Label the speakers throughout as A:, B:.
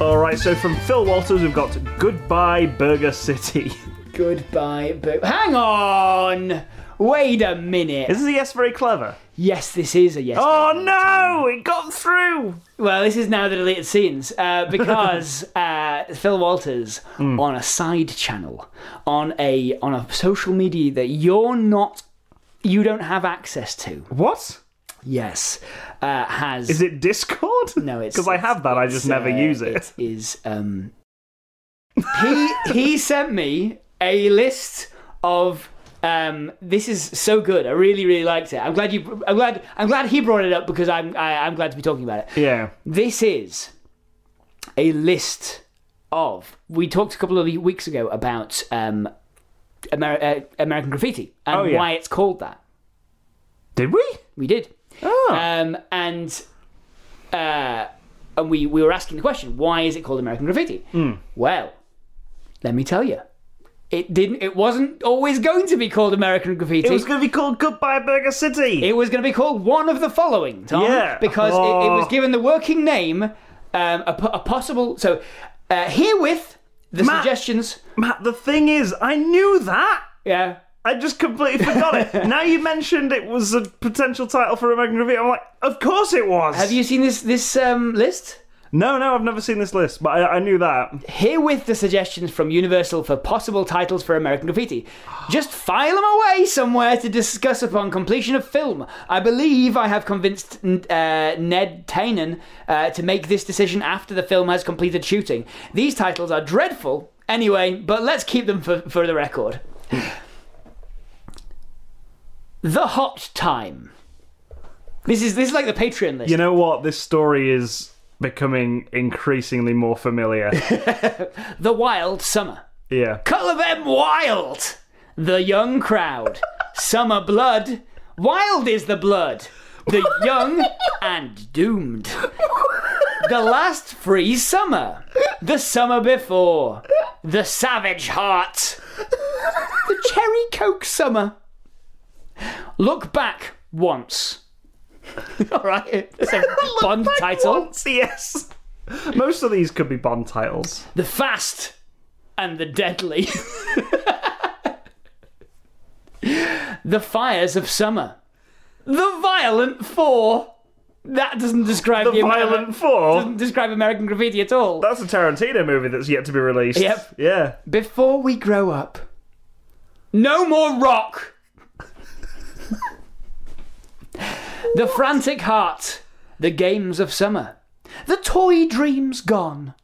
A: right, so from Phil Walters, we've got Goodbye Burger City.
B: Goodbye, boo. Hang on! Wait a minute.
A: Is the yes very clever?
B: Yes, this is a yes.
A: Oh no! It got through!
B: Well, this is now the deleted scenes uh, because uh, Phil Walters
A: Hmm.
B: on a side channel, on a on a social media that you're not, you don't have access to.
A: What?
B: Yes, uh, has
A: Is it Discord?
B: no, it's
A: Because I
B: it's-
A: have that, I just
B: it's,
A: never
B: uh,
A: use it.
B: It is. Um, he he sent me a list of. Um, this is so good. I really, really liked it. I'm glad you. I'm glad. I'm glad he brought it up because I'm. I, I'm glad to be talking about it.
A: Yeah.
B: This is a list of. We talked a couple of weeks ago about um, Amer- uh, American graffiti and
A: Oh, yeah.
B: why it's called that.
A: Did we?
B: We did.
A: Oh.
B: Um, and uh, and we, we were asking the question, why is it called American Graffiti?
A: Hmm.
B: Well, let me tell you, it didn't. It wasn't always going to be called American Graffiti.
A: it was going to be called Goodbye Burger City.
B: It was going to be called one of the following, Tom,
A: Yeah.
B: because it, it was
A: Oh.
B: given the working name, um, a, po- a possible. So uh, herewith the
A: Matt.
B: suggestions.
A: Matt, the thing is, I knew that.
B: Yeah.
A: I just completely forgot it. Now you mentioned it was a potential title for American Graffiti. I'm like, of course it was.
B: Have you seen this this um, list?
A: No, no, I've never seen this list, but I, I knew that.
B: Herewith the suggestions from Universal for possible titles for American Graffiti. Just file them away somewhere to discuss upon completion of film. I believe I have convinced n- uh, Ned Tainen uh, to make this decision after the film has completed shooting. These titles are dreadful anyway, but let's keep them for, for the record. the Hot Time. This is this is like the Patreon list.
A: You know what? This story is becoming increasingly more familiar.
B: The Wild Summer.
A: yeah.
B: Color them wild! The young crowd. Summer blood. Wild is the blood. The young and doomed. The last free summer. The summer before. The savage heart. The cherry coke summer. Look back once. All right, it's a Bond title.
A: Once, yes. Most of these could be Bond titles.
B: The fast and the deadly. the fires of summer. The violent four. That doesn't describe
A: The
B: Ameri-
A: Violent Four.
B: doesn't describe American graffiti at all.
A: That's a Tarantino movie that's yet to be released.
B: Yep.
A: Yeah.
B: Before we grow up, no more rock. the frantic heart, the games of summer, the toy dreams gone.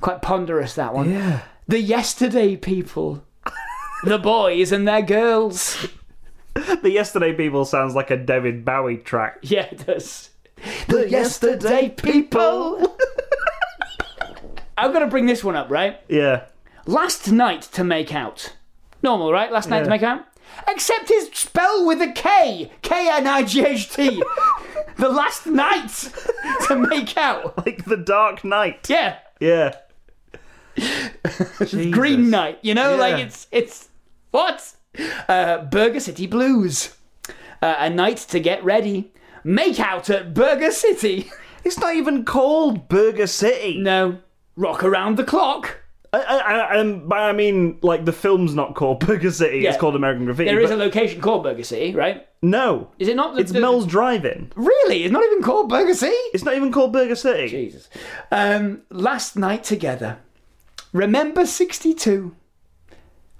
B: Quite ponderous that one.
A: Yeah.
B: The yesterday people, the boys and their girls.
A: The Yesterday People sounds like a David Bowie track.
B: Yeah, it does. The yesterday people. I'm gonna bring this one up, right?
A: Yeah.
B: Last night to make out. Normal, right? Last night to make out. Except his spell with a K. K N I G H T. The last night to make out.
A: Like The Dark Knight.
B: Yeah.
A: Yeah.
B: Green Knight. You know, like
A: Yeah.
B: it's it's what? Uh, Burger City Blues. Uh, a night to get ready. Make out at Burger City.
A: It's not even called Burger City.
B: No. Rock around the clock.
A: I, I, I, um, but I mean, like, the film's not called Burger City, it's
B: Yeah.
A: called American Graffiti.
B: There is a
A: but
B: location called Burger City, right?
A: No.
B: Is it not? The,
A: It's
B: the-
A: Mel's Drive-In.
B: Really? It's not even called Burger City.
A: It's not even called Burger City.
B: Jesus. Um, last night together. Remember 62.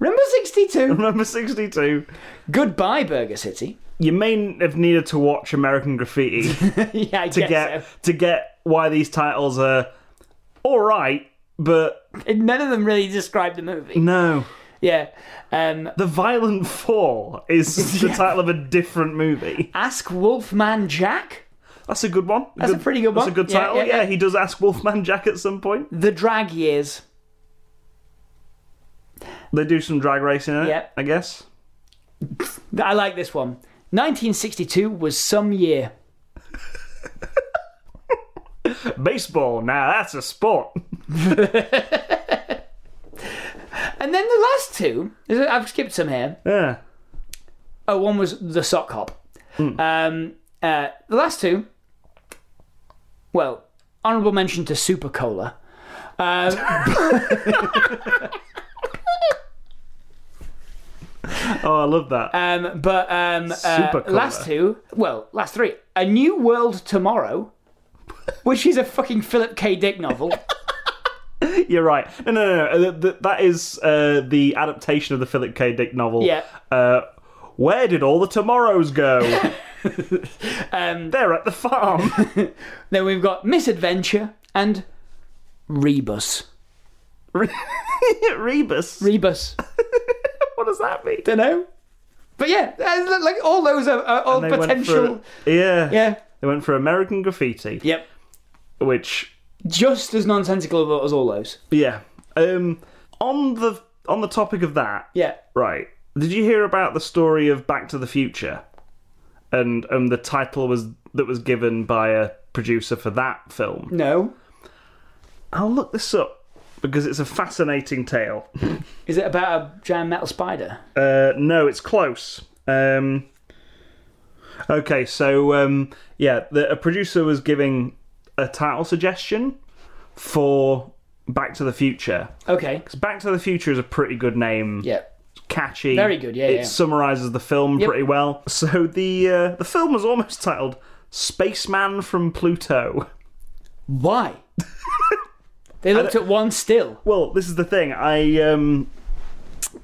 B: Remember 62.
A: Remember 62?
B: Goodbye, Burger City.
A: You may have needed to watch American Graffiti to
B: yeah, I guess
A: get
B: so.
A: to get why these titles are all right, but
B: And None of them really describe the movie.
A: no.
B: Yeah. Um,
A: The Violent Four is the title of a different movie.
B: Ask Wolfman Jack.
A: That's a good one.
B: That's a pretty good
A: That's
B: one.
A: a good
B: Yeah,
A: title.
B: yeah,
A: Yeah,
B: yeah.
A: he does ask Wolfman Jack at some point.
B: The Drag Years.
A: They do some drag racing in it,
B: Yeah.
A: I guess.
B: I like this one. 1962 was some year.
A: Baseball, now that's a sport.
B: And then the last two, I've skipped some here.
A: Yeah.
B: Oh, one was the sock hop. Um, uh, the last two, well, honourable mention to Super Cola. Um,
A: Oh, I love that.
B: um, but um, uh,
A: Super colour.
B: last two, well, last three, A New World Tomorrow, which is a fucking Philip K. Dick novel.
A: You're right. No, no, no. no. Th- th- That is uh, the adaptation of the Philip K. Dick novel.
B: Yeah.
A: Uh, where did all the tomorrows go? They're at the farm.
B: Then we've got Misadventure and Rebus.
A: Re- Rebus.
B: Rebus.
A: what does that mean?
B: Don't know. But yeah, uh, like all those are, are all
A: They went
B: potential.
A: for- yeah.
B: Yeah.
A: They went for American graffiti,
B: Yep.
A: which
B: Just as nonsensical as all those.
A: yeah. Um, on the on the topic of that,
B: Yeah.
A: right? Did you hear about the story of Back to the Future? And and the title was that was given by a producer for that film.
B: No.
A: I'll look this up because it's a fascinating tale.
B: Is it about a giant metal spider?
A: Uh, no, it's close. Um, okay, so um, yeah, the, a producer was giving a title suggestion for Back to the Future.
B: Okay.
A: 'Cause Back to the Future is a pretty good name.
B: Yeah.
A: Catchy.
B: Very good, yeah,
A: It
B: yeah.
A: summarizes the film pretty well. So the uh, the film was almost titled Spaceman from Pluto.
B: Why? they looked at one still.
A: Well, this is the thing. I um,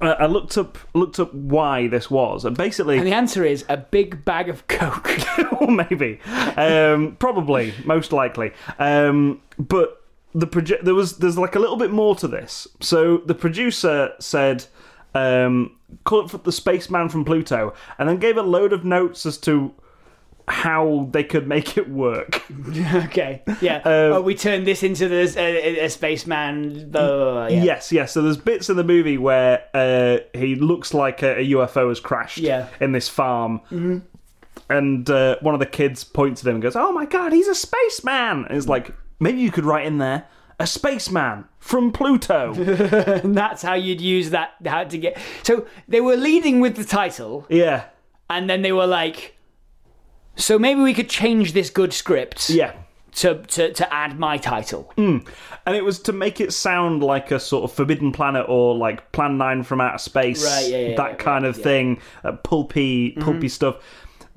A: I I looked up looked up why this was, and basically,
B: And the answer is a big bag of coke.
A: or maybe, um, probably, most likely. Um, but the proje- there was there's like a little bit more to this. So the producer said, um, "Call it for the spaceman from Pluto," and then gave a load of notes as to how they could make it work.
B: okay. Yeah. oh, we turned this into this uh, a, a spaceman. Blah, blah, blah, yeah.
A: Yes, yes. So there's bits in the movie where uh, he looks like a, a UFO has crashed
B: Yeah. Mm-hmm.
A: in this farm. And uh, one of the kids points at him and goes, Oh my god, he's a spaceman! And it's like, maybe you could write in there, a spaceman from Pluto.
B: And that's how you'd use that. How to get. So they were leading with the title,
A: yeah,
B: and then they were like, "So maybe we could change this good script
A: yeah. Mm.
B: to, to to add my title."
A: And it was to make it sound like a sort of Forbidden Planet or like Plan 9 from Outer Space,
B: Right, yeah, yeah,
A: that
B: yeah, Mm-hmm.
A: kind of thing, uh, pulpy, pulpy stuff.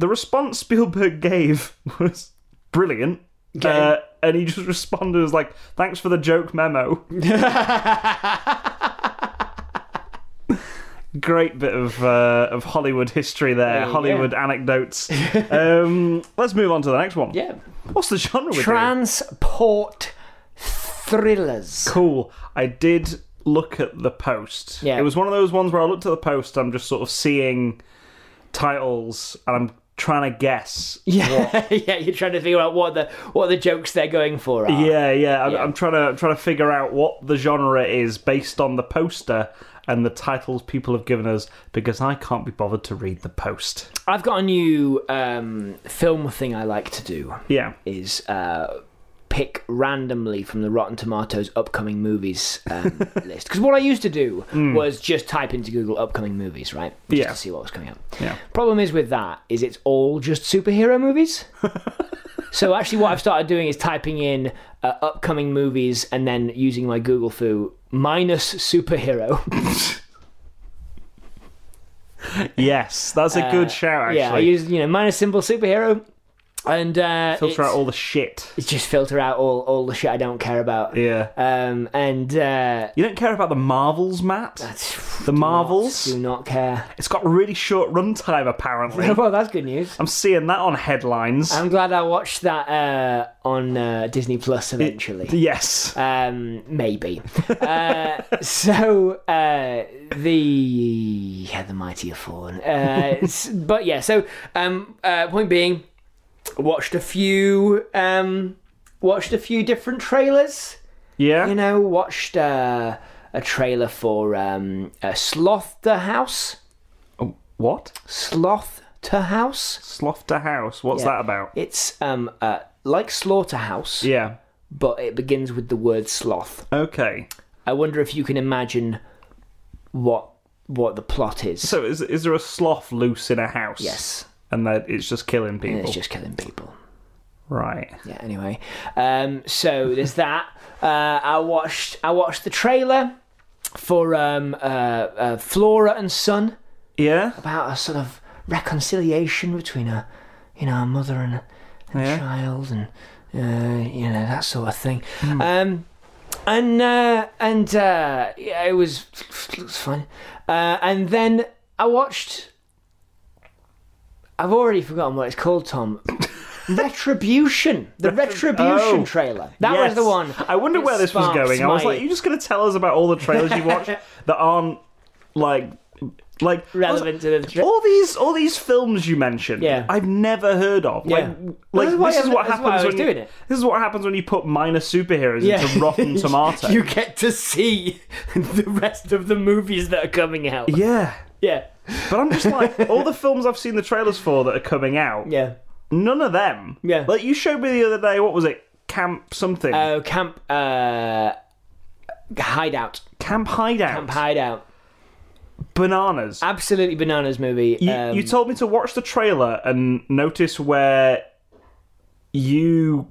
A: The response Spielberg gave was brilliant. Uh, and he just responded as like, "Thanks for the joke memo." Great bit of uh, of Hollywood history there,
B: you
A: Hollywood anecdotes. um, let's move on to the next one.
B: Yeah.
A: What's the genre? we're doing?
B: Transport thrillers.
A: cool. I did look at the post.
B: Yeah.
A: It was one of those ones where I looked at the post, I'm just sort of seeing titles and I'm trying to guess.
B: Yeah, yeah. You're trying to figure out what the what the jokes they're going for are.
A: Yeah, yeah. I'm,
B: Yeah.
A: I'm trying to I'm trying to figure out what the genre is based on the poster and the titles people have given us because I can't be bothered to read the post.
B: I've got a new um, film thing I like to do.
A: Yeah.
B: Is uh, pick randomly from the Rotten Tomatoes upcoming movies um, list. Because what I used to do was just type into Google upcoming movies, right? Just
A: Mm. Yeah.
B: To see what was coming up.
A: Yeah.
B: Problem is with that is it's all just superhero movies. so actually, what I've started doing is typing in uh, upcoming movies and then using my Google foo minus superhero.
A: Yes, that's a good
B: Uh,
A: shout actually.
B: yeah, I use you know minus symbol superhero, and uh,
A: Filter
B: it's-
A: out all the shit.
B: it's just filter out all all the shit I don't care about.
A: Yeah.
B: Um, and uh,
A: You don't care about the Marvels, Matt?
B: the
A: the Marvels?
B: do not care.
A: It's got really short runtime apparently.
B: well, that's good news.
A: I'm seeing that on headlines.
B: I'm glad I watched that uh, on uh, Disney Plus eventually.
A: yes.
B: Um, maybe. Uh, so uh, the yeah, the mighty have fallen. Uh, s- but yeah, so um, uh, point being, watched a few um, watched a few different trailers.
A: Yeah.
B: You know, watched uh, a trailer for um, uh, Sloth the House.
A: Oh, what?
B: Sloth to House.
A: Slaughter House. What's
B: Yeah.
A: that about?
B: It's um, uh, like Slaughterhouse,
A: Yeah.
B: but it begins with the word sloth.
A: Okay.
B: I wonder if you can imagine what what the plot is.
A: So is is there a sloth loose in a house?
B: yes,
A: And that it's just killing
B: and
A: people.
B: it's just killing people.
A: Right.
B: Yeah. Anyway, um, so there's that. Uh, I watched. I watched the trailer for um, uh, uh, Flora and Son
A: Yeah.
B: about a sort of reconciliation between a, you know, a mother and a, and a
A: Yeah.
B: child, and uh, you know that sort of thing.
A: Hmm.
B: Um, and uh, and uh, yeah, it was it was fun. Uh, and then I watched. I've already forgotten what it's called, Tom. Retribution, the Retribution
A: oh.
B: trailer. That
A: Yes.
B: was the one.
A: I wonder
B: that
A: where this was
B: sparked
A: going. I was
B: my-
A: like, you're just going to tell us about all the trailers you watched that aren't like like I was
B: relevant to the.
A: like, all these all these films you mentioned,
B: Yeah.
A: I've never heard of. Like,
B: Yeah.
A: like
B: This is why
A: this is
B: I-
A: what
B: this is why
A: happens
B: I was
A: when you-
B: doing it.
A: this is what happens when you put minor superheroes into Rotten Tomato.
B: you get to see the rest of the movies that are coming out.
A: yeah,
B: Yeah.
A: but I'm just like all the films I've seen the trailers for that are coming out.
B: Yeah.
A: None of them.
B: Yeah.
A: Like you showed me the other day, what was it? Camp something.
B: Oh, camp. Uh, hideout.
A: Camp Hideout.
B: Camp Um, hideout.
A: Bananas.
B: Absolutely bananas movie.
A: You,
B: um,
A: you told me to watch the trailer and notice where you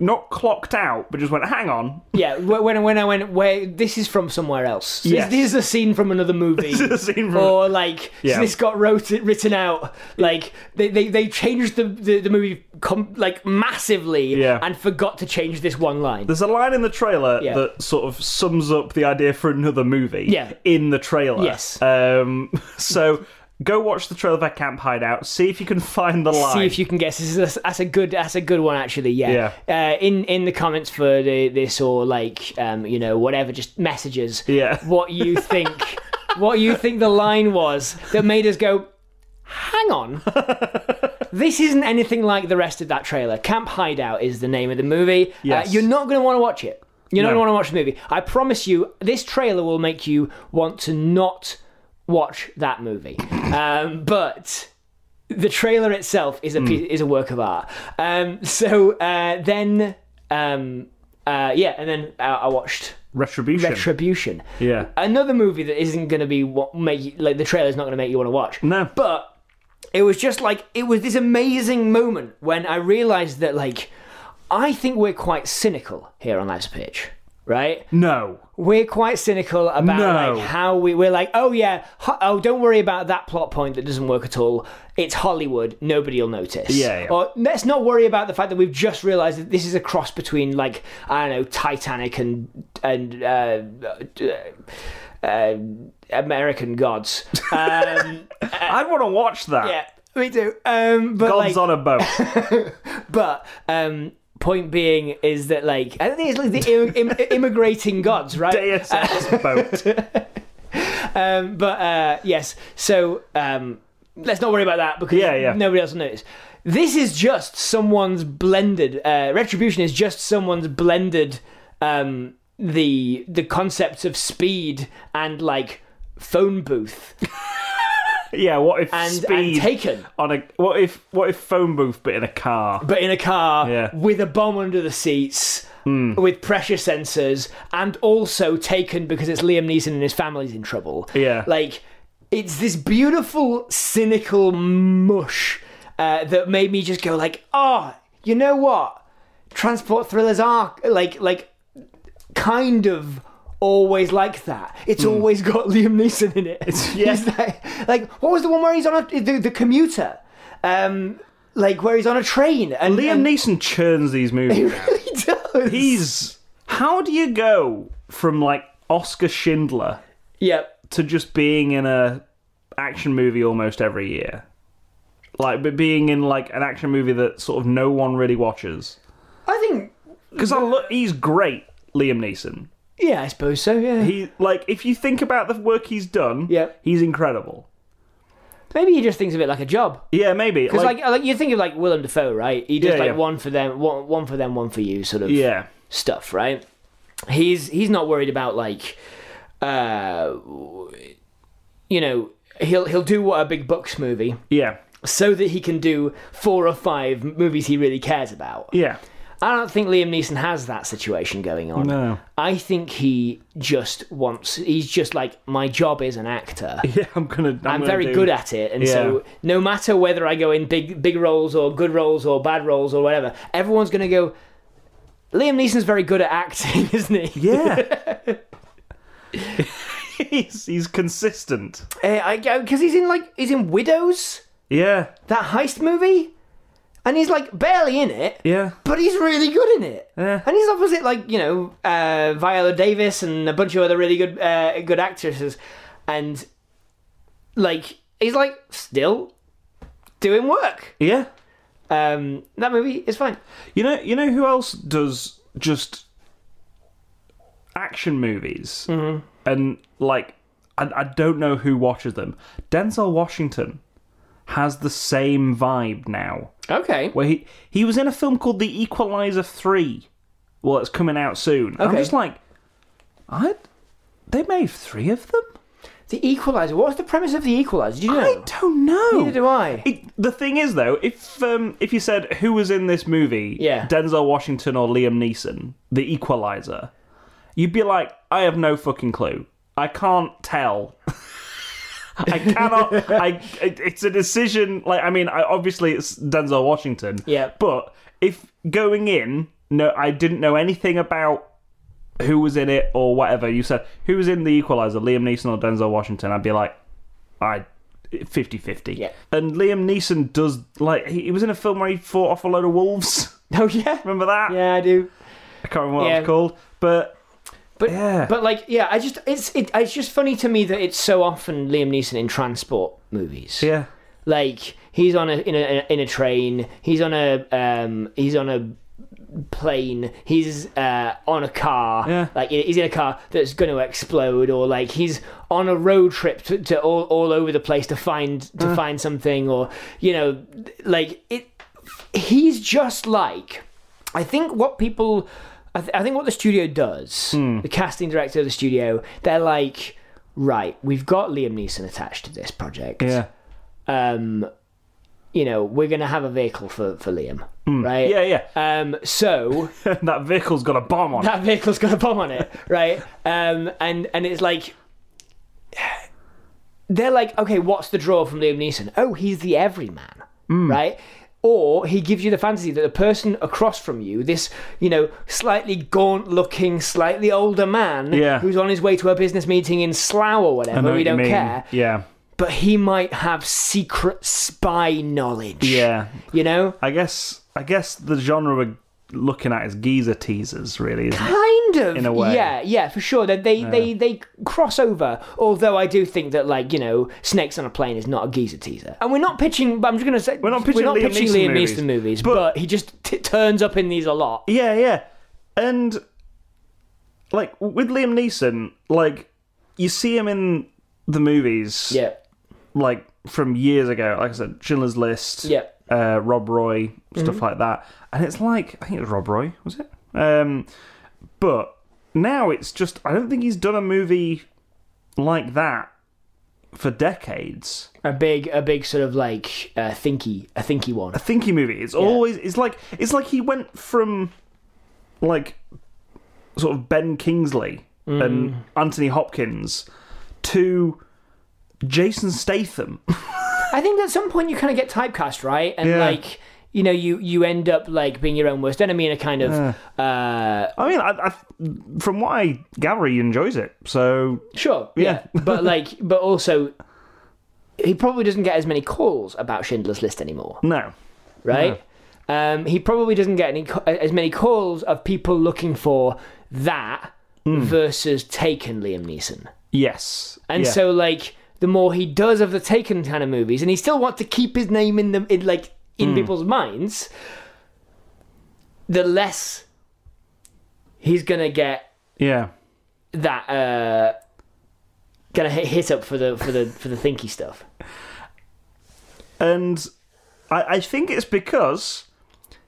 A: not clocked out, but just went, "Hang on,
B: yeah. wh- When when I went, where this is from somewhere else. So
A: Yes.
B: This is a scene from another movie.
A: this is a scene from."
B: Or like
A: Yeah.
B: this got wrote written out like they, they, they changed the, the, the movie com- like massively
A: Yeah.
B: and forgot to change this one line.
A: There's a line in the trailer
B: Yeah.
A: that sort of sums up the idea for another movie.
B: Yeah.
A: In the trailer.
B: Yes.
A: Um. So go watch the trailer for Camp Hideout. See if you can find the line.
B: See if you can guess. This is a, that's a good. That's a good one, actually. Yeah. Uh, in in the comments for the, this or like um, you know whatever, just messages.
A: Yeah.
B: What you think? what you think the line was that made us go? Hang on. this isn't anything like the rest of that trailer. Camp Hideout is the name of the movie.
A: Yes.
B: Uh, you're not going to want to watch it. You're not
A: No.
B: going to want to watch the movie. I promise you, this trailer will make you want to not watch that movie. um, but the trailer itself
A: Hmm.
B: is a piece, is a work of art. Um, so uh, then, um, uh, yeah, and then uh, I watched
A: Retribution.
B: Retribution,
A: yeah.
B: another movie that isn't going to be what make you, like the trailer's not going to make you want to watch.
A: No.
B: But it was just like it was this amazing moment when I realized that like I think we're quite cynical here on Life's Pitch, right?
A: No.
B: we're quite cynical about
A: No.
B: like how we we're like oh yeah ho- oh don't worry about that plot point that doesn't work at all it's hollywood nobody'll notice
A: Yeah, yeah.
B: or let's not worry about the fact that we've just realized that this is a cross between like i don't know titanic and and uh, uh, uh, american gods um,
A: I'd want to watch that.
B: yeah we do um but
A: God's on
B: like,
A: a boat.
B: but um point being is that like i think it's like the Im- im- immigrating gods right
A: Deus Ex boat.
B: Um, but uh, yes, so um, let's not worry about that because
A: Yeah, yeah.
B: nobody else will notice. This is just someone's blended. Uh, Retribution is just someone's blended um, the the concepts of speed and like phone booth
A: Yeah. What if
B: and, and
A: speed
B: taken,
A: on a what if what if phone booth but in a car?
B: but in a car
A: Yeah. Hmm.
B: with a bomb under the seats. With pressure sensors, and also taken because it's Liam Neeson and his family's in trouble.
A: Yeah.
B: Like, it's this beautiful, cynical mush uh, that made me just go like, oh, you know what? Transport thrillers are like like kind of always like that. It's always got Liam Neeson in it. It's,
A: Hmm. yeah.
B: like, like, what was the one where he's on a, the, the commuter? Um, like where he's on a train and
A: Liam
B: and
A: Neeson churns these movies.
B: really does.
A: He's how do you go from like Oscar Schindler
B: yep.
A: to just being in a action movie almost every year? Like, but being in like an action movie that sort of no one really watches.
B: I think
A: Because I look, he's great, Liam Neeson.
B: yeah, I suppose so. Yeah.
A: He like if you think about the work he's done,
B: Yep.
A: he's incredible.
B: Maybe he just thinks of it like a job.
A: Yeah, maybe
B: It's
A: like,
B: like, like you think of like Willem Dafoe, right? He does
A: Yeah,
B: like
A: yeah.
B: one for them, one, one for them, one for you, sort of
A: yeah,
B: stuff, right? He's he's not worried about like, uh, you know, he'll he'll do what a big bucks movie
A: yeah,
B: so that he can do four or five movies he really cares about.
A: yeah.
B: I don't think Liam Neeson has that situation going on.
A: No.
B: I think he just wants. He's just like my job is an actor.
A: Yeah, I'm gonna. I'm,
B: I'm
A: gonna
B: very
A: do-
B: good at it, and so no matter whether I go in big big roles or good roles or bad roles or whatever, everyone's gonna go. Liam Neeson's very good at acting, isn't he?
A: Yeah. he's he's consistent.
B: Uh, I go because he's in like he's in Widows,
A: Yeah.
B: that heist movie, and he's like barely in it,
A: Yeah.
B: but he's really good in it.
A: Yeah.
B: And he's opposite like you know uh, Viola Davis and a bunch of other really good uh, good actresses, and like he's like still doing work.
A: Yeah.
B: Um, that movie is fine.
A: You know, you know who else does just action movies, mm-hmm. and like I, I don't know who watches them. Denzel Washington has the same vibe now,
B: Okay.
A: where he he was in a film called The Equalizer Three. Well, it's coming out soon. I'm
B: Okay.
A: just like, I they made three of them.
B: The Equalizer. What's the premise of The Equalizer? Do you
A: I
B: know?
A: don't know.
B: Neither do I.
A: It, the thing is, though, if um, if you said who was in this movie,
B: Yeah.
A: Denzel Washington or Liam Neeson, The Equalizer, you'd be like, I have no fucking clue. I can't tell. I cannot. I. it- It's a decision. Like, I mean, I, obviously it's Denzel Washington.
B: Yeah.
A: But if going in, no, I didn't know anything about who was in it or whatever. You said who was in The Equalizer, Liam Neeson or Denzel Washington. I'd be like, I 50-50.
B: Yeah.
A: And Liam Neeson does like he, he was in a film where he fought off a load of wolves.
B: Oh yeah.
A: Remember that?
B: Yeah, I do.
A: I can't remember what it
B: Yeah.
A: was called, but
B: But
A: Yeah.
B: but like yeah, I just it's it, it's just funny to me that it's so often Liam Neeson in transport movies.
A: yeah.
B: Like he's on a in a in a train. He's on a um he's on a plane. He's uh on a car.
A: Yeah.
B: Like he's in a car that's going to explode, or like he's on a road trip to, to all all over the place to find to
A: Uh.
B: find something, or you know, like it. He's just like I think what people. I, th- I think what the studio does,
A: Hmm.
B: the casting director of the studio, they're like, right, we've got Liam Neeson attached to this project
A: Yeah.
B: um, you know, we're going to have a vehicle for, for Liam,
A: Hmm.
B: right?
A: Yeah, yeah.
B: Um, so
A: that vehicle's got a bomb on it.
B: that vehicle's got a bomb on it, right? Um, and and it's like they're like, okay, what's the draw from Liam Neeson? Oh, he's the everyman,
A: Hmm.
B: right? Or he gives you the fantasy that the person across from you, this you know slightly gaunt-looking, slightly older man,
A: Yeah.
B: who's on his way to a business meeting in
A: I
B: Slough or
A: know
B: whatever, we
A: what you
B: don't
A: mean.
B: care,
A: Yeah.
B: but he might have secret spy knowledge.
A: Yeah.
B: You know?
A: I guess I guess the genre we're looking at is geezer teasers, really, isn't it?
B: Kind of.
A: In a way.
B: Yeah, yeah, for sure. They they, they they cross over. Although I do think that like, you know, Snakes on a Plane is not a geezer teaser. And we're not pitching but I'm just gonna say we're
A: not pitching Liam Neeson movies,
B: Neeson movies, but, he just t- turns up in these a lot.
A: Yeah, yeah. And like with Liam Neeson, like you see him in the movies
B: Yeah.
A: like from years ago, like I said, Schindler's List,
B: Yeah.
A: uh,
B: Mm-hmm.
A: Rob Roy, stuff like that. And it's like I think it was Rob Roy, was it? Um, but now it's just I don't think he's done a movie like that for decades.
B: A big a big sort of like uh, thinky a thinky one.
A: A thinky movie. It's always it's like it's like he went from like sort of Ben Kingsley and
B: Mm.
A: Anthony Hopkins to Jason Statham.
B: I think at some point you kind of get typecast, right? And
A: Yeah.
B: like you know, you you end up like being your own worst enemy in a kind of uh
A: I mean, I, I, from what I gather, he enjoys it. So
B: Sure. Yeah. but like, but also, he probably doesn't get as many calls about Schindler's List anymore,
A: no,
B: right? Um, he probably doesn't get any ca- as many calls of people looking for that versus Taken Liam Neeson,
A: yes,
B: and
A: Yeah.
B: so like the more he does of the Taken kind of movies, and he still wants to keep his name in the in like in people's minds, the less he's gonna get
A: yeah,
B: that uh gonna hit, hit up for the for the for the thinky stuff
A: and I, I think it's because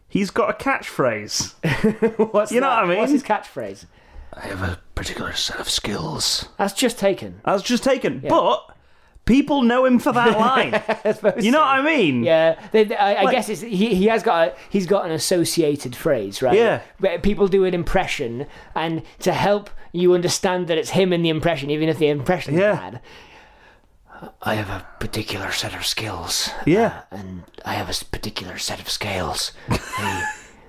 A: he's got a catchphrase.
B: what's
A: You know
B: that?
A: what I mean?
B: what's his catchphrase
A: I have a particular set of skills.
B: that's just taken
A: That's just taken, but People know him for that line. you know what I mean?
B: Yeah, they, they- I, I guess it's, he he has got a, he's got an associated phrase, right?
A: Yeah.
B: where people do an impression, and to help you understand that it's him in the impression, even if the impression's
A: Yeah.
B: bad. I have a particular set of skills, Uh,
A: Yeah.
B: and I have a s- particular set of scales. They,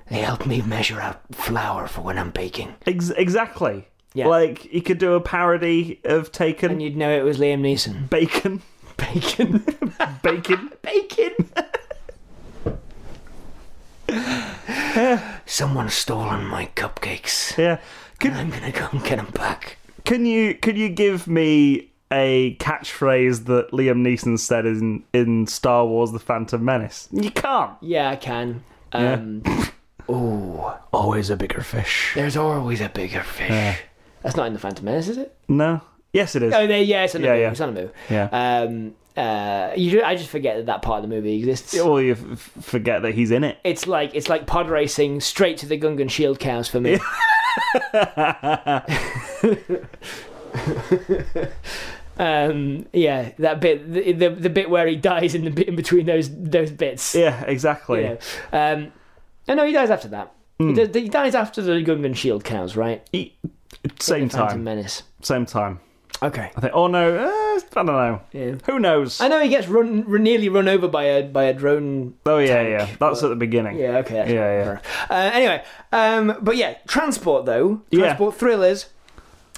B: they help me measure out flour for when I'm baking.
A: Ex- exactly.
B: Yeah.
A: Like he could do a parody of Taken
B: And you'd know it was Liam Neeson.
A: Bacon.
B: Bacon,
A: Bacon.
B: bacon. Someone's stolen my cupcakes.
A: yeah. Could
B: I'm gonna go and get them back.
A: can you can you give me a catchphrase that Liam Neeson said in in Star Wars: The Phantom Menace? You can't.
B: Yeah, I can. Um, oh,
A: Always a bigger fish.
B: there's always a bigger fish. That's not in the Phantom Menace, is it?
A: No. Yes, it is.
B: Oh, there. Yeah, it's in the
A: Yeah,
B: movie.
A: yeah.
B: It's on the movie.
A: Yeah.
B: Um, uh, you, ju- I just forget that that part of the movie exists.
A: Well, you f- forget that he's in it.
B: It's like it's like pod racing straight to the Gungan Shield cows for me. um, yeah, that bit, the, the the bit where he dies in the bit in between those those bits.
A: Yeah, exactly.
B: you know. Um, and no, he dies after that.
A: Hmm.
B: He, does, he dies after the Gungan Shield cows, right?
A: He- same
B: The Phantom
A: time.
B: Menace.
A: Same time.
B: Okay.
A: I think. Oh no. Uh, I don't know.
B: Yeah.
A: Who knows?
B: I know he gets run, run nearly run over by a by a drone.
A: oh yeah,
B: tank,
A: yeah. That's
B: but-
A: at the beginning.
B: Yeah. Okay. that's
A: Yeah, yeah.
B: fair enough. Uh, anyway, um, but yeah, transport though.
A: Yeah.
B: Transport thrillers.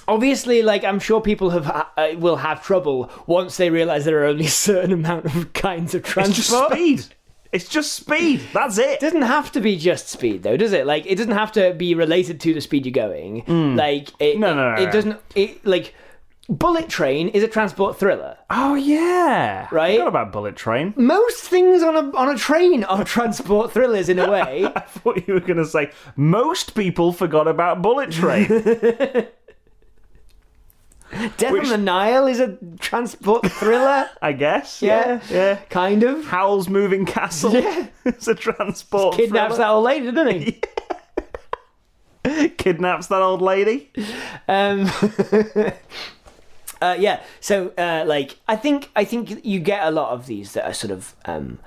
B: Obviously, like I'm sure people have ha- uh, will have trouble once they realise there are only a certain amount of kinds of
A: It's just
B: transport.
A: speed. It's just speed. That's it.
B: doesn't have to be just speed though, does it? Like it doesn't have to be related to the speed you're going. Like it,
A: Mm. No, no, no,
B: it, it
A: no.
B: doesn't. It like Bullet Train is a transport thriller.
A: Oh yeah,
B: Right?
A: Forgot about Bullet Train.
B: Most things on a on a train are transport thrillers in a way.
A: I thought you were going to say most people forgot about Bullet Train.
B: Death on the Nile is a transport thriller,
A: I guess.
B: Yeah.
A: yeah.
B: kind of.
A: Howl's Moving Castle.
B: Yeah.
A: it's a transport.
B: Kidnaps that
A: thriller.
B: old lady, doesn't he?
A: Kidnaps that old lady.
B: Um, uh, yeah. So, uh, like, I think I think you get a lot of these that are sort of um,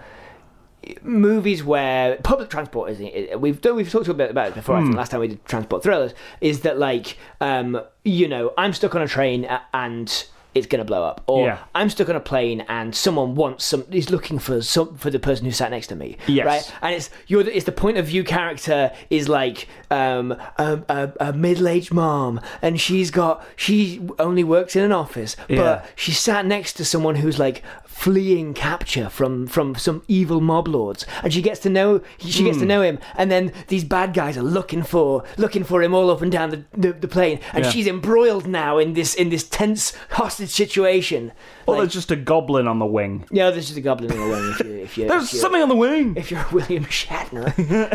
B: movies where public transport is. it- We've done, we've talked a bit about it before. I
A: Hmm.
B: think last time we did transport thrillers is that like um, you know I'm stuck on a train a- and. It's gonna blow up, or
A: Yeah.
B: I'm stuck on a plane and someone wants some. Is looking for some for the person who sat next to me,
A: Yes.
B: right? and it's you're the, it's the point of view character is like um, a, a, a middle-aged mom and she's got she only works in an office
A: Yeah.
B: but she sat next to someone who's like fleeing capture from from some evil mob lords and she gets to know she gets to
A: Hmm.
B: know him and then these bad guys are looking for looking for him all up and down the, the, the plane and
A: Yeah.
B: she's embroiled now in this in this tense hostage situation
A: Or
B: Like,
A: there's just a goblin on the wing.
B: yeah there's just a goblin in the way if you if you
A: There's
B: if you-
A: something on the wing.
B: if you're William Shatner,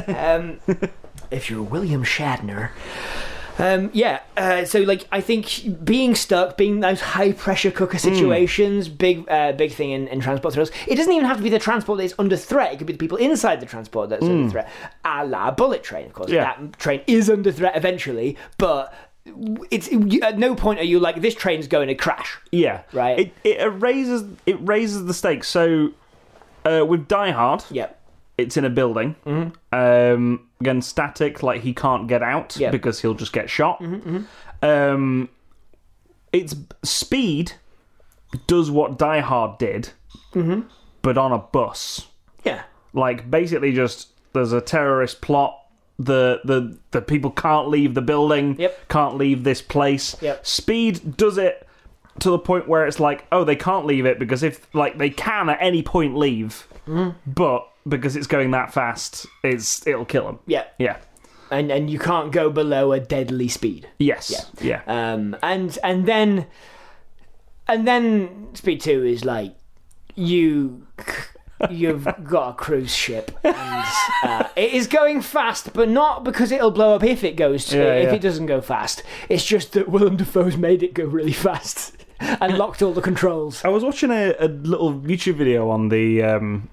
B: um, if you're William Shatner, um, yeah. Uh, so like, I think being stuck, being those high pressure cooker situations, big uh, big thing in, in transport thrills. It doesn't even have to be the transport that's under threat. It could be the people inside the transport that's under threat. A la bullet train, of course.
A: Yeah.
B: That train is under threat eventually, but it's you, at no point are you like this train's going to crash.
A: Yeah,
B: Right.
A: It it raises it raises the stakes. So uh, with Die Hard,
B: Yep.
A: it's in a building. Um, again, static, like he can't get out
B: Mm-hmm. Yeah. Mm-hmm,
A: because he'll just get shot. Um, it's speed does what Die Hard did,
B: Mm-hmm.
A: but on a bus.
B: Yeah.
A: Like basically, just there's a terrorist plot. The, the the people can't leave the building.
B: Yep.
A: Can't leave this place.
B: Yep.
A: Speed does it to the point where it's like, oh, they can't leave it because if like they can at any point leave,
B: Mm-hmm.
A: but because it's going that fast, it's it'll kill them.
B: Yeah.
A: Yeah.
B: And and you can't go below a deadly speed.
A: Yes. Yeah.
B: um, and and then and then speed two is like you you've got a cruise ship and uh, it is going fast but not because it'll blow up if it goes
A: Yeah,
B: if
A: yeah.
B: it doesn't go fast it's just that Willem Dafoe's made it go really fast and locked all the controls
A: I was watching a, a little YouTube video on the um,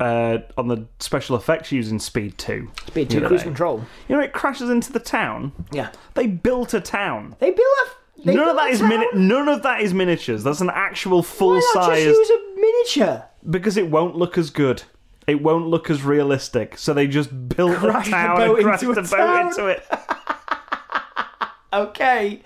A: uh, on the special effects using Speed Two.
B: speed two
A: Yeah.
B: cruise control
A: You know, it crashes into the town.
B: yeah
A: They built a town.
B: they built a They
A: None of
B: built
A: that
B: a
A: is
B: town.
A: mini- none of that is miniatures. That's an actual full
B: Why not just
A: sized
B: use a miniature?
A: because it won't look as good. It won't look as realistic. So they just built
B: Crashed
A: a
B: the
A: town
B: boat
A: and crashed
B: into a
A: the boat
B: town.
A: into it.
B: Okay.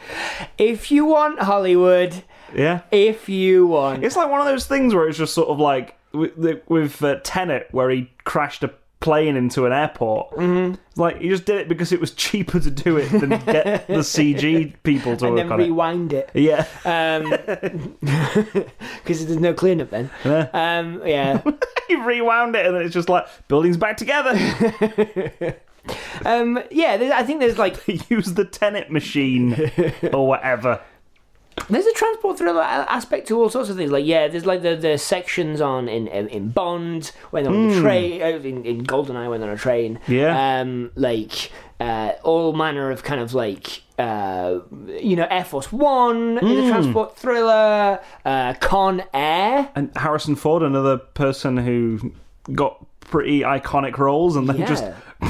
B: If you want Hollywood,
A: Yeah.
B: if you want.
A: It's like one of those things where it's just sort of like with, with uh, Tenet, where he crashed a plane into an airport. Mm-hmm. Like he just did it because it was cheaper to do it than get the CG people to
B: And
A: work
B: then
A: on it.
B: rewind it.
A: Yeah,
B: Because there's no cleanup then.
A: Yeah.
B: Um, yeah.
A: he rewound it, and then it's just like buildings back together.
B: um, yeah, there's, I think there's like.
A: Use the Tenet machine or whatever.
B: There's a transport thriller a- aspect to all sorts of things. Like, yeah, there's like the, the sections on in, in, in Bond when they're on the train, uh, in, in Goldeneye when they're on a train.
A: Hmm. Yeah.
B: Um, like uh, all manner of kind of like uh, you know Air Force One
A: Hmm.
B: is a transport thriller. Uh, Con Air.
A: And Harrison Ford, another person who got pretty iconic roles, and then
B: Yeah.
A: just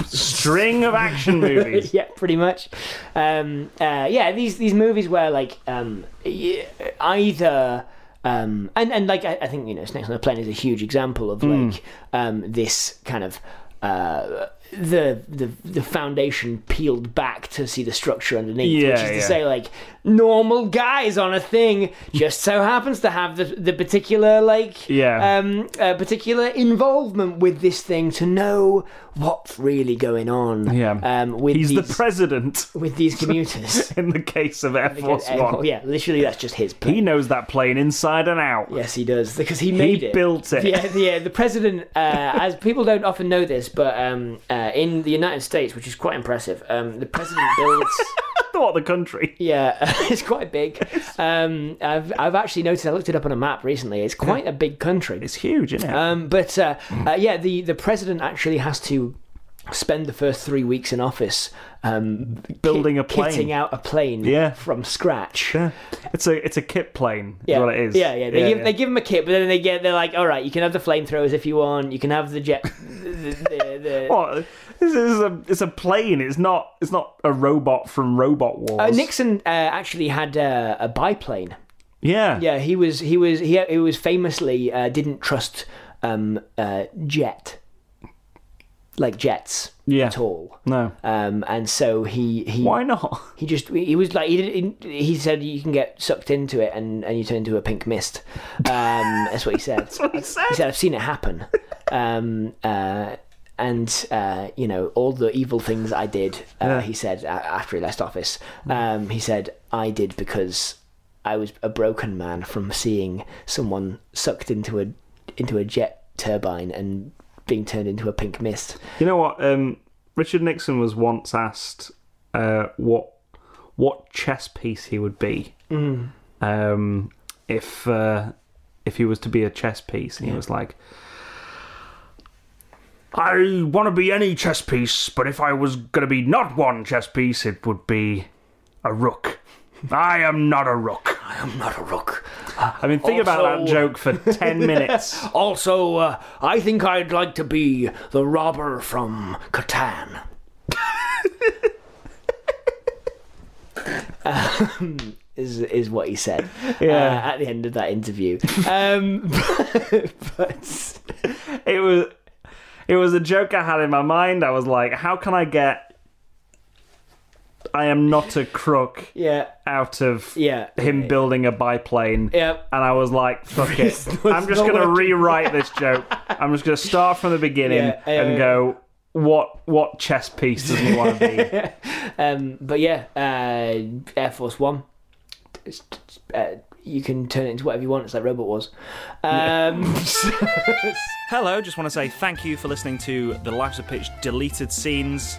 A: string of action movies.
B: yeah, pretty much. Um, uh, yeah, these these movies where like um, y- either um, and and like I, I think you know, Snakes on a Plane is a huge example of
A: Hmm.
B: like um, this kind of. Uh, the, the the foundation peeled back to see the structure underneath,
A: Yeah,
B: which is to
A: yeah.
B: say, like normal guys on a thing just so happens to have the the particular like
A: Yeah.
B: um uh, particular involvement with this thing to know what's really going on
A: Yeah.
B: um, with
A: He's
B: these
A: the president.
B: with these commuters.
A: in the case of Air Force
B: Uh,
A: One.
B: well, yeah, literally, that's just his plan.
A: He knows that plane inside and out.
B: yes, he does because he made it.
A: built it.
B: Yeah, yeah. The president, uh, as people don't often know this, but um, uh, in the United States, which is quite impressive, um, the president builds.
A: What the country?
B: Yeah, it's quite big. Um, I've I've actually noticed. I looked it up on a map recently. It's quite a big country.
A: It's huge, isn't it?
B: Um, but uh, uh, yeah, the, the president actually has to spend the first three weeks in office um,
A: Building a plane.
B: kitting out a plane
A: Yeah.
B: from scratch.
A: yeah. It's a it's a kit plane. Is
B: Yeah.
A: what it is.
B: yeah, yeah. They, give,
A: yeah.
B: they give him a kit, but then they get they're like, all right, you can have the flamethrowers if you want. You can have the jet. the, the, the,
A: What? This is a it's a plane. It's not it's not a robot from Robot Wars.
B: Uh, Nixon uh, actually had uh, a biplane.
A: Yeah.
B: Yeah, he was he was he, he was famously uh, didn't trust um, uh, jet, like jets
A: Yeah.
B: at all.
A: No.
B: Um, and so he he
A: Why not?
B: he just he was like he did he, he said you can get sucked into it and and you turn into a pink mist um that's what he said
A: That's what he said.
B: he said i've seen it happen um uh and uh, you know all the evil things I did, uh, he said uh, after he left office. Um, he said I did because I was a broken man from seeing someone sucked into a into a jet turbine and being turned into a pink mist.
A: You know what? Um, Richard Nixon was once asked uh, what what chess piece he would be um, if uh, if he was to be a chess piece, and he was like, "I want to be any chess piece, but if I was going to be not one chess piece, it would be a rook. I am not a rook."
B: I'm not a rook.
A: I mean, think about that
B: Also-
A: joke for ten minutes.
B: Also, uh, I think I'd like to be the robber from Catan. Um, is is what he said
A: Yeah.
B: uh, at the end of that interview. Um, but
A: it was it was a joke I had in my mind. I was like, how can I get I am not a crook
B: yeah,
A: out of
B: yeah,
A: him building a biplane.
B: yeah.
A: And I was like, fuck it.
B: It's not-
A: I'm
B: it's
A: just
B: not
A: going to
B: working.
A: rewrite this joke. I'm just going to start from the beginning
B: Yeah, yeah,
A: and
B: yeah.
A: go, what what chess piece does he want to be?
B: Um, but yeah, uh, Air Force One. It's- it's, uh, you can turn it into whatever you want. It's like Robot Wars. Um,
C: Hello, just want to say thank you for listening to the Lives of Pitch deleted scenes.